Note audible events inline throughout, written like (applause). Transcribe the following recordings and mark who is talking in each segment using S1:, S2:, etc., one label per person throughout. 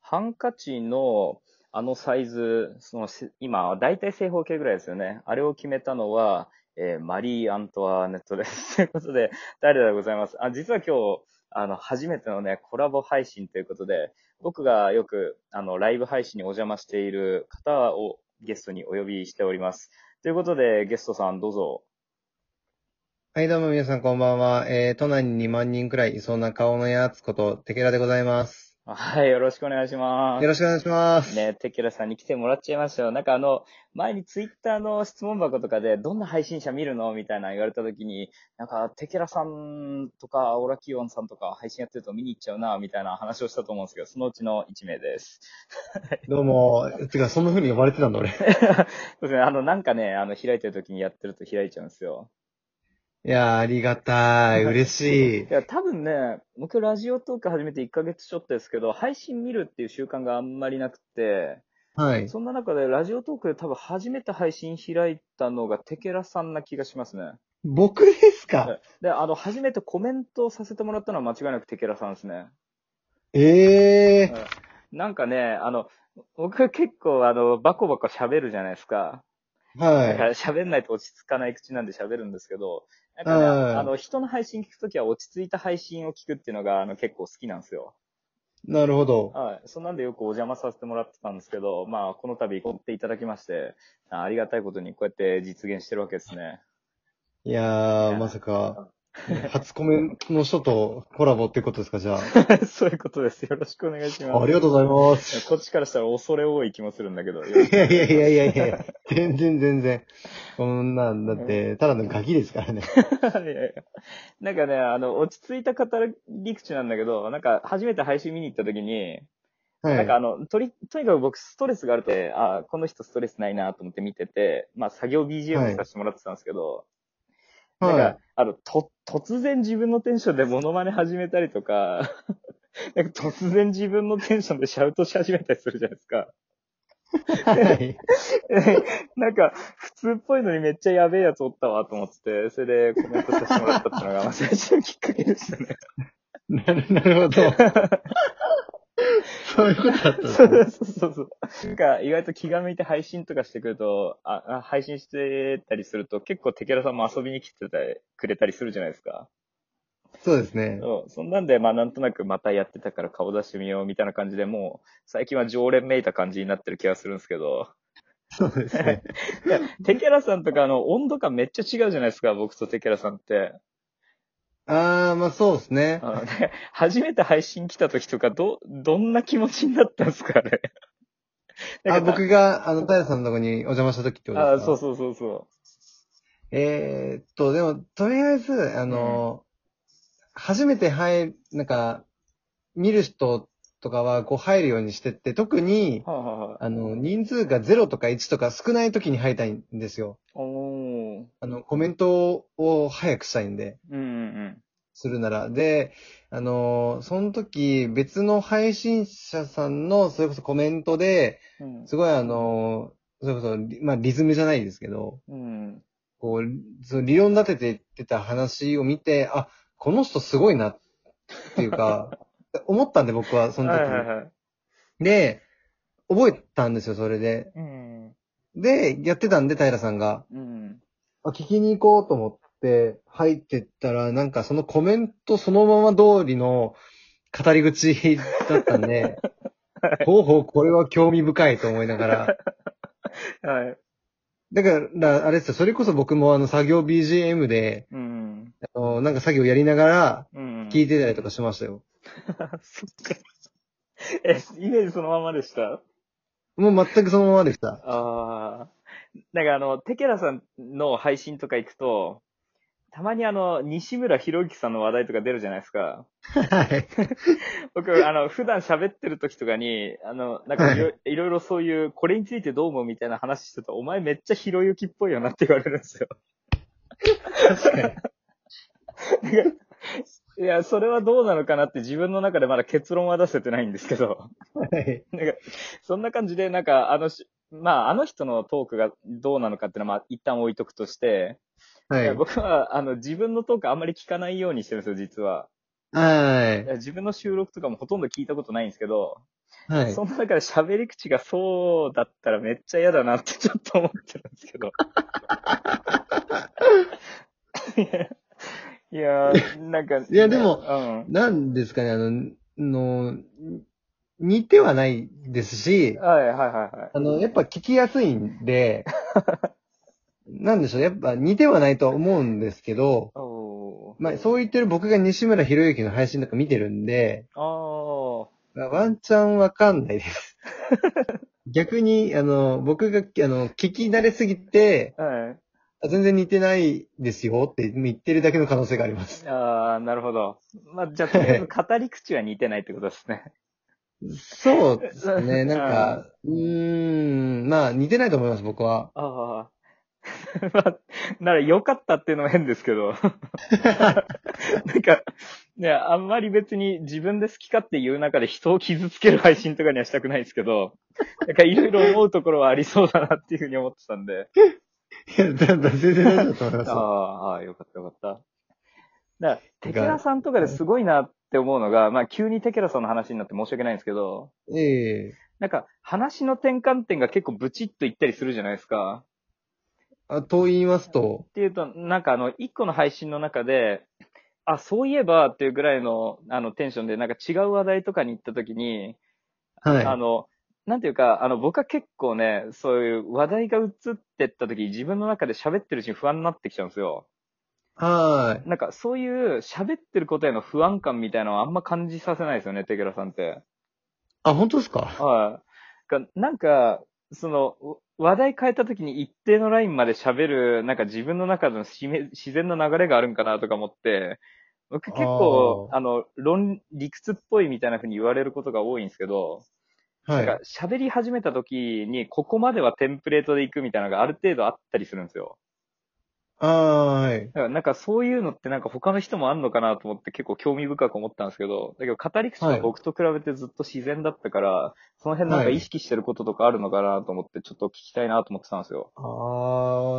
S1: ハンカチのあのサイズ、そのし今、大体正方形ぐらいですよね。あれを決めたのは、えーマリー・アントワネットです。ということで、誰でございます。あ、実は今日、あの、初めてのね、コラボ配信ということで、僕がよく、あの、ライブ配信にお邪魔している方をゲストにお呼びしております。ということで、ゲストさんどうぞ。
S2: はい、どうも皆さんこんばんは。えー、都内に2万人くらいいそうな顔のやつこと、テケラでございます。
S1: はい、よろしくお願いします
S2: よ。ろしくお願いします。
S1: ね、テキラさんに来てもらっちゃいましたよ。なんかあの、前にツイッターの質問箱とかで、どんな配信者見るのみたいなの言われた時に、なんか、テキラさんとか、オラキオンさんとか、配信やってると見に行っちゃうな、みたいな話をしたと思うんですけど、そのうちの1名です。
S2: どうも。てか、そんな風に呼ばれてたんだ、俺。い
S1: そうですね、あの、なんかね、あの、開いてる時にやってると開いちゃうんですよ。
S2: やー、ありがたい。嬉しい
S1: い。や、多分ね、僕、ラジオトーク始めて1ヶ月ちょっとですけど、配信見るっていう習慣があんまりなくて、
S2: はい。
S1: そんな中で、ラジオトークで多分初めて配信開いたのが、テケラさんな気がしますね。
S2: 僕ですか
S1: で、あの、初めてコメントをさせてもらったのは間違いなくテケラさんですね。
S2: えー。
S1: なんかね、あの、僕結構あの、バコバコ喋るじゃないですか。だか
S2: は
S1: ら喋んないと落ち着かない口なんで喋るんですけど、なんかね、
S2: はい
S1: あの、人の配信聞くときは落ち着いた配信を聞くっていうのが、あの、結構好きなんですよ。
S2: い。なるほど。
S1: はい。そんなんでよくお邪魔させてもらってたんですけど、まあ、この度行っていただきまして、あありがたいことにこうやって実現してるわけですね。
S2: いやー、まさか、初コメントの人とコラボってことですか、じゃあ。
S1: (laughs) そういうことです。よろしくお願いします。
S2: ありがとうございま
S1: いや
S2: す。
S1: こっちからしたら恐れ多い気もするんだけど。
S2: (laughs) いやいやいやいやいや、全然全然。こんなんだって、ただのガキですからね。
S1: いやいやなんかね、あの、落ち着いた語り口なんだけど、なんか、初めて配信見に行った時に、
S2: は
S1: なんかあ
S2: い。
S1: の、とり、とにかく僕ストレスがあると、あこの人ストレスないなと思って見てて、まあ、作業 BGM にさせてもらってたんですけど、なん
S2: は
S1: か、あの、と、突然自分のテンションでモノマネ始めたりとか、 (laughs) なんか突然自分のテンションでシャウトし始めたりするじゃないですか。
S2: い。はい。
S1: (laughs) なんか、普通っぽいのにめっちゃやべえやつおったわと思ってて、それでコメントさせてもらったっていうのが、まあ、最初のきっかけでしたね。
S2: なるなるほど。そういうことだったんです
S1: そ
S2: ね。
S1: うそうそうそう。なんか、意外と気が向いて配信とかしてくると、あ、あ配信してたりすると、結構テケラさんも遊びに来てたりくれたりするじゃないですか。
S2: そうですね。
S1: そう。そんなんで、まあ、なんとなくまたやってたから顔出してみようみたいな感じで、もう、最近は常連めいた感じになってる気がするんですけど、
S2: そうですね。
S1: テケラさんとか、あの、温度感めっちゃ違うじゃないですか、僕とテケラさんって。
S2: (laughs) あー、まあそうですね。
S1: あのね、 (laughs) 初めて配信来た時とか、ど、どんな気持ちになったんですかね。
S2: (laughs) あ、
S1: なんか
S2: 僕が、あの、タイさんのとこにお邪魔した時ってことですか
S1: あ、そうそうそうそう。
S2: えーっと、でも、とりあえず、あの、初めて入る、なんか、見る人とかはこう入るようにしてって、特に、
S1: はいはいはい。
S2: あの、人数が0とか1とか少ない時に入りたいんですよ。
S1: おー。
S2: あの、コメントを早くしたいんで。
S1: うんうん
S2: するなら。で、あのーその時、別の配信者さんの、それこそコメントで、
S1: うん。
S2: すごいあのーそれこそリ、まあ、リズムじゃないですけど、
S1: うん。
S2: こう、その理論立てて言ってた話を見て、あ、この人すごいな、っていうか、 (laughs) 思ったんで僕は、その時。
S1: はいはいはい。
S2: で、覚えたんですよ、それで。
S1: うん。
S2: で、やってたんで、平さんが。
S1: うん。
S2: あ聞きに行こうと思って入ってったら、なんかそのコメントそのまま通りの語り口だったんで、
S1: (laughs)
S2: ほうほう、これは興味深いと思いながら。
S1: はい。
S2: だから、あれですよ、それこそ僕もあの作業 BGM で、
S1: うん。
S2: あのなんか作業やりながら
S1: うん。
S2: 聞いてたりとかしましたよ。
S1: た。 (laughs) そっか。え、イメージそのままでした
S2: もう全くそのまま
S1: (laughs)
S2: でした。
S1: ああ。なんかあの、テケラさんの配信とか行くと、たまにあの、西村博之さんの話題とか出るじゃないですか。
S2: はい。
S1: 僕、あの、普段喋ってる時とかに、あの、なんかいろいろいろそういう、これについてどう思うみたいな話してたお前めっちゃひろゆきっぽいよなって言われるんですよ。
S2: 確かに。
S1: (laughs) いや、それはどうなのかなって自分の中でまだ結論は出せてないんですけど、
S2: はい。
S1: そんな感じで、なんか、あのし、まあ、あの人のトークがどうなのかっていうのは、まあ、一旦置いとくとして、い
S2: はい
S1: や。僕は、あの、自分のトークあんまり聞かないようにしてるんですよ、実は。
S2: はい
S1: や自分の収録とかもほとんど聞いたことないんですけど、
S2: はい。
S1: その中で喋り口がそうだったらめっちゃ嫌だなってちょっと思ってるんですけど。 (laughs) いや、いやなんか。
S2: いやでも
S1: うん。
S2: なんですかね、あの、の、似てはないですし、
S1: はいはいはいはい。
S2: あの、やっぱ聞きやすいんで、 (laughs) なんでしょう、やっぱ似てはないとは思うんですけど、
S1: お
S2: まあ、
S1: い
S2: そう
S1: う。
S2: 言ってる僕が西村博之の配信とか見てるんで、
S1: ああ。
S2: まあワンチャンわかんないです。 (laughs) 逆に、あの、僕が、あの、聞き慣れすぎて、
S1: は
S2: あ全然似てないですよって言ってるだけの可能性があります。
S1: い。ああ、なるほど。まあ、じゃあ、とりあえず語り口は似てないってことですね。
S2: そうです (laughs) ね、なんか、うーん、まあ似てないと思います、僕は。
S1: ああ。 (laughs) まあ、なら良かったっていうのも変ですけど。 (laughs) なんか、ね、あんまり別に自分で好きかっていう中で人を傷つける配信とかにはしたくないですけど、 (laughs) なんかいろいろ思うところはありそうだなっていうふうに思ってたんで。
S2: いや、だだ (laughs) 全然大丈夫だと思います
S1: (laughs) あ
S2: よ。
S1: あああ、よかったよかった。だから、テケラさんとかですごいなって思うのが、まあ急にテケラさんの話になって申し訳ないんですけど、
S2: (laughs) ええ
S1: なんか話の転換点が結構ブチッといったりするじゃないですか。
S2: あ、と言いますと
S1: っ、ていうと、なんかあの、一個の配信の中で、あ、そういえばっていうぐらいの、あの、テンションで、なんか違う話題とかに行った時に、
S2: はい。
S1: あの、なんていうか、あの、僕は結構ね、そういう話題が移ってった時、自分の中で喋ってるうちに不安になってきちゃうんですよ。
S2: は
S1: なんか、そういう喋ってることへの不安感みたいなのはあんま感じさせないですよね、テケラさんって。
S2: い。あ、本当ですか
S1: はい。がなんか、その、話題変えた時に一定のラインまで喋る、なんか自分の中のしめ自然の流れがあるんかなとか思って、僕結構、
S2: あ
S1: あの、論、理屈っぽいみたいな風に言われることが多いんですけど、
S2: は
S1: なん
S2: い
S1: か。喋り始めた時に、ここまではテンプレートで行くみたいなのがある程度あったりするんですよ。
S2: あはい
S1: だ。からなんかそういうのってなんか他の人もあんのかなと思って結構興味深く思ったんですけど、だけど語り口
S2: は
S1: はい僕と比べてずっと自然だったから、その辺なんか意識してることとかあるのかなと思ってちょっと聞きたいなと思ってたんですよ。
S2: あ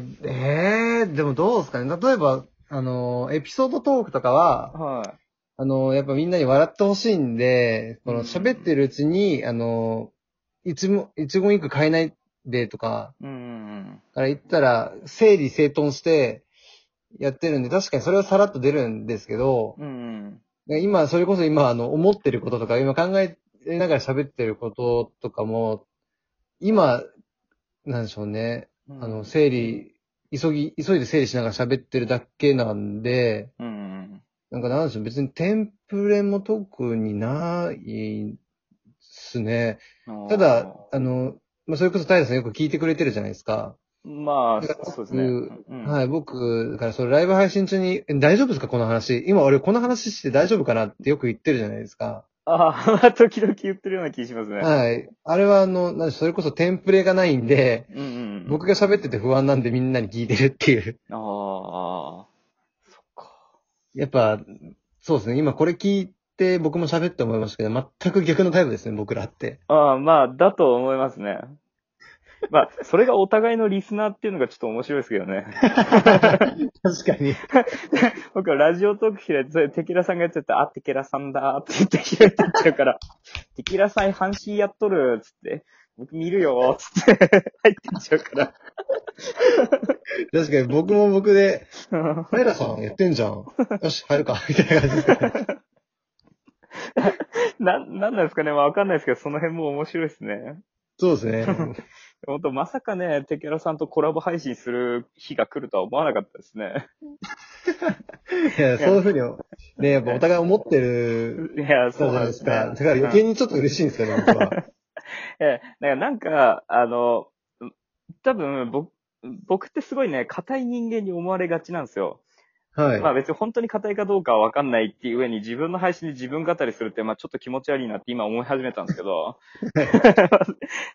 S2: ー、ええでもどうですかね。例えば、あの、エピソードトークとかは、
S1: は
S2: あの、やっぱみんなに笑ってほしいんで、こ
S1: う
S2: の
S1: ん
S2: 喋ってるうちに、あの、一文、一言一句変えないでとか、
S1: い。うん。
S2: から言ったら、整理整頓してやってるんで、確かにそれはさらっと出るんですけど、
S1: うん。
S2: 今、それこそ今、あの、思ってることとか、今考えながら喋ってることとかも、今、なんでしょうね、
S1: うん。
S2: あの、整理、急ぎ、急いで整理しながら喋ってるだけなんで、
S1: うん。
S2: なんかなんでしょう、別にテンプレも特にないっすね。
S1: うん。
S2: ただ、あの、まあ、それこそ平さんよく聞いてくれてるじゃないですか。
S1: まあ、
S2: なんか
S1: そうですね。
S2: うん
S1: うん
S2: はい、僕、だからそれライブ配信中に、え大丈夫ですかこの話。今俺この話して大丈夫かなってよく言ってるじゃないですか。
S1: ああ、 (laughs) 時々言ってるような気しますね。
S2: はい。あれはあの、なんでしょうそれこそテンプレがないんで、
S1: うんうん。
S2: 僕が喋ってて不安なんでみんなに聞いてるっていう。 (laughs)
S1: ああ、そっか。
S2: やっぱ、そうですね。今これ聞いて僕も喋って思いましたけど、全く逆のタイプですね、僕らって。
S1: ああ、まあ、だと思いますね。まあ、それがお互いのリスナーっていうのがちょっと面白いですけどね。
S2: 確かに。
S1: 僕はラジオトーク開いて、それテキラさんがやっちゃって、あ、テキラさんだーって言って開いてっちゃう (laughs) から、テキラさん半身やっとるーっつって、僕見るよーっつって (laughs) 入ってっちゃうから。
S2: 確かに僕も僕で、平さんやってんじゃん。よし、入るか、みたいな感じですかね。
S1: (laughs) な、なんなんですかねまあわかんないですけど、その辺も面白いですね。
S2: そうですね。
S1: (laughs) 本当まさかね、テキラさんとコラボ配信する日が来るとは思わなかったですね。
S2: いや、そういうふうに、ね、やっぱお互い思ってる
S1: (laughs) いや、
S2: そ
S1: そうう
S2: じ
S1: な
S2: ゃ
S1: で
S2: なんいですす
S1: ね
S2: か。だから余計にちょっと嬉しいんですよね、
S1: (laughs)
S2: 僕は。
S1: ええ、だからなんか、あの、多分、僕、僕ってすごいね、硬い人間に思われがちなんですよ。
S2: はい。
S1: まあ別に本当に硬いかどうかはわかんないっていう上に自分の配信で自分語りするって、まあちょっと気持ち悪いなって今思い始めたんですけ
S2: (laughs)
S1: ど、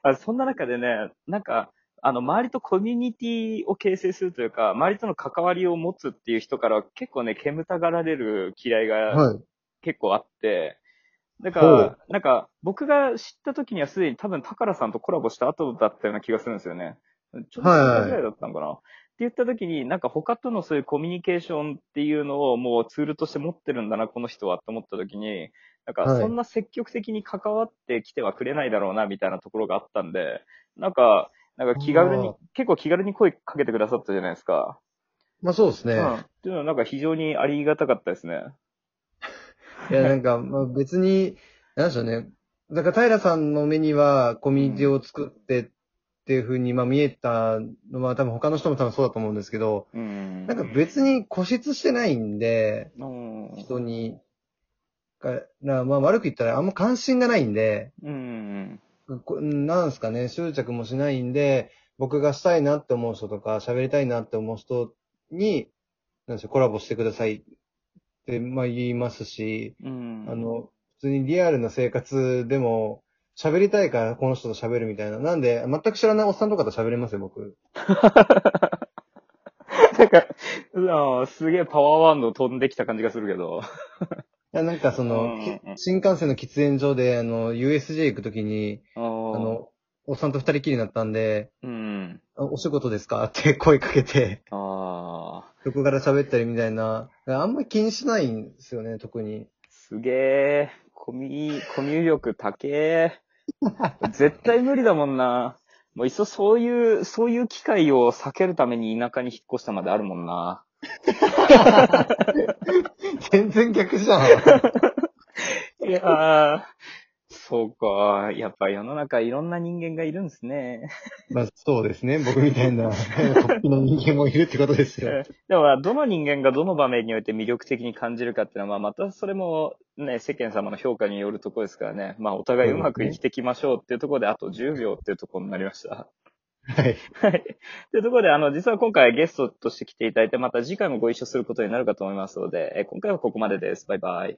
S1: まあそんな中でね、なんか、あの、周りとコミュニティを形成するというか、周りとの関わりを持つっていう人からは結構ね、煙たがられる嫌いが
S2: はい。
S1: 結構あって、だか
S2: ほ
S1: ら
S2: う、
S1: なんか、僕が知った時にはすでに多分、タカラさんとコラボした後だったような気がするんですよね。ちょっと
S2: はいはい
S1: ぐらいだったのかな。言った時に、なんか他とのそういうコミュニケーションっていうのをもうツールとして持ってるんだな、この人はって思った時に、なんか
S2: はい
S1: そんな積極的に関わってきてはくれないだろうな、みたいなところがあったんで、なんか、なんか気軽
S2: あ
S1: に
S2: ー、
S1: 結構気軽に声かけてくださったじゃないですか。
S2: まあそうですね。
S1: うん。っていうのはなんか非常にありがたかったですね。
S2: いや、なんか、まあ、別に、なんでしょうね。だから、平さんの目には、コミュニティを作ってっていうふうに、まあ、見えたのは、多分他の人も多分そうだと思うんですけど、
S1: うん。
S2: なんか別に固執してないんで、
S1: うん、
S2: 人に、からまあ、悪く言ったら、あんま関心がないんで、
S1: うん。
S2: こなんですかね、執着もしないんで、僕がしたいなって思う人とか、喋りたいなって思う人に、なんでしょう、コラボしてくださいって、まあ、言いますし、
S1: うん。
S2: あ、の、普通にリアルな生活でも、喋りたいからこの人と喋るみたいな。なんで、全く知らないおっさんとかと喋れますよ、僕。
S1: (laughs) なんか、うんすげえパワーワンド飛んできた感じがするけど。
S2: いやなんかそ
S1: うん
S2: の、
S1: うんうん
S2: き新幹線の喫煙所で、あの、USJ 行くときに、
S1: あ
S2: あ
S1: の、
S2: の、おっさんと二人きりになったんで、
S1: うん。
S2: あお仕事ですかって (laughs) 声かけて、
S1: ああ、
S2: そこから喋ったりみたいな。あんま気にしないんですよね、特に。
S1: すげえ。コミ、コミュ力高え。 (laughs) 絶対無理だもんな。もういっそそういう、そういう機会を避けるために田舎に引っ越したまであるもんな。
S2: 全然
S1: (laughs)
S2: 逆じゃん。
S1: いやーそうか。やっぱ世の中いろんな人間がいるんですね。
S2: まあそうですね、僕みたいな、 (laughs) 突飛の人間もいるってことですよ。
S1: でもまあ、どの人間がどの場面において魅力的に感じるかっていうのは、まあ、またそれもね、世間様の評価によるところですからね。まあ、お互いうまく生きていきましょうっていうところで、あと10秒っていうところになりました。 (laughs)
S2: はい。
S1: はい。というところで、あの、実は今回ゲストとして来ていただいて、また次回もご一緒することになるかと思いますので、え今回はここまでです。バイバイ。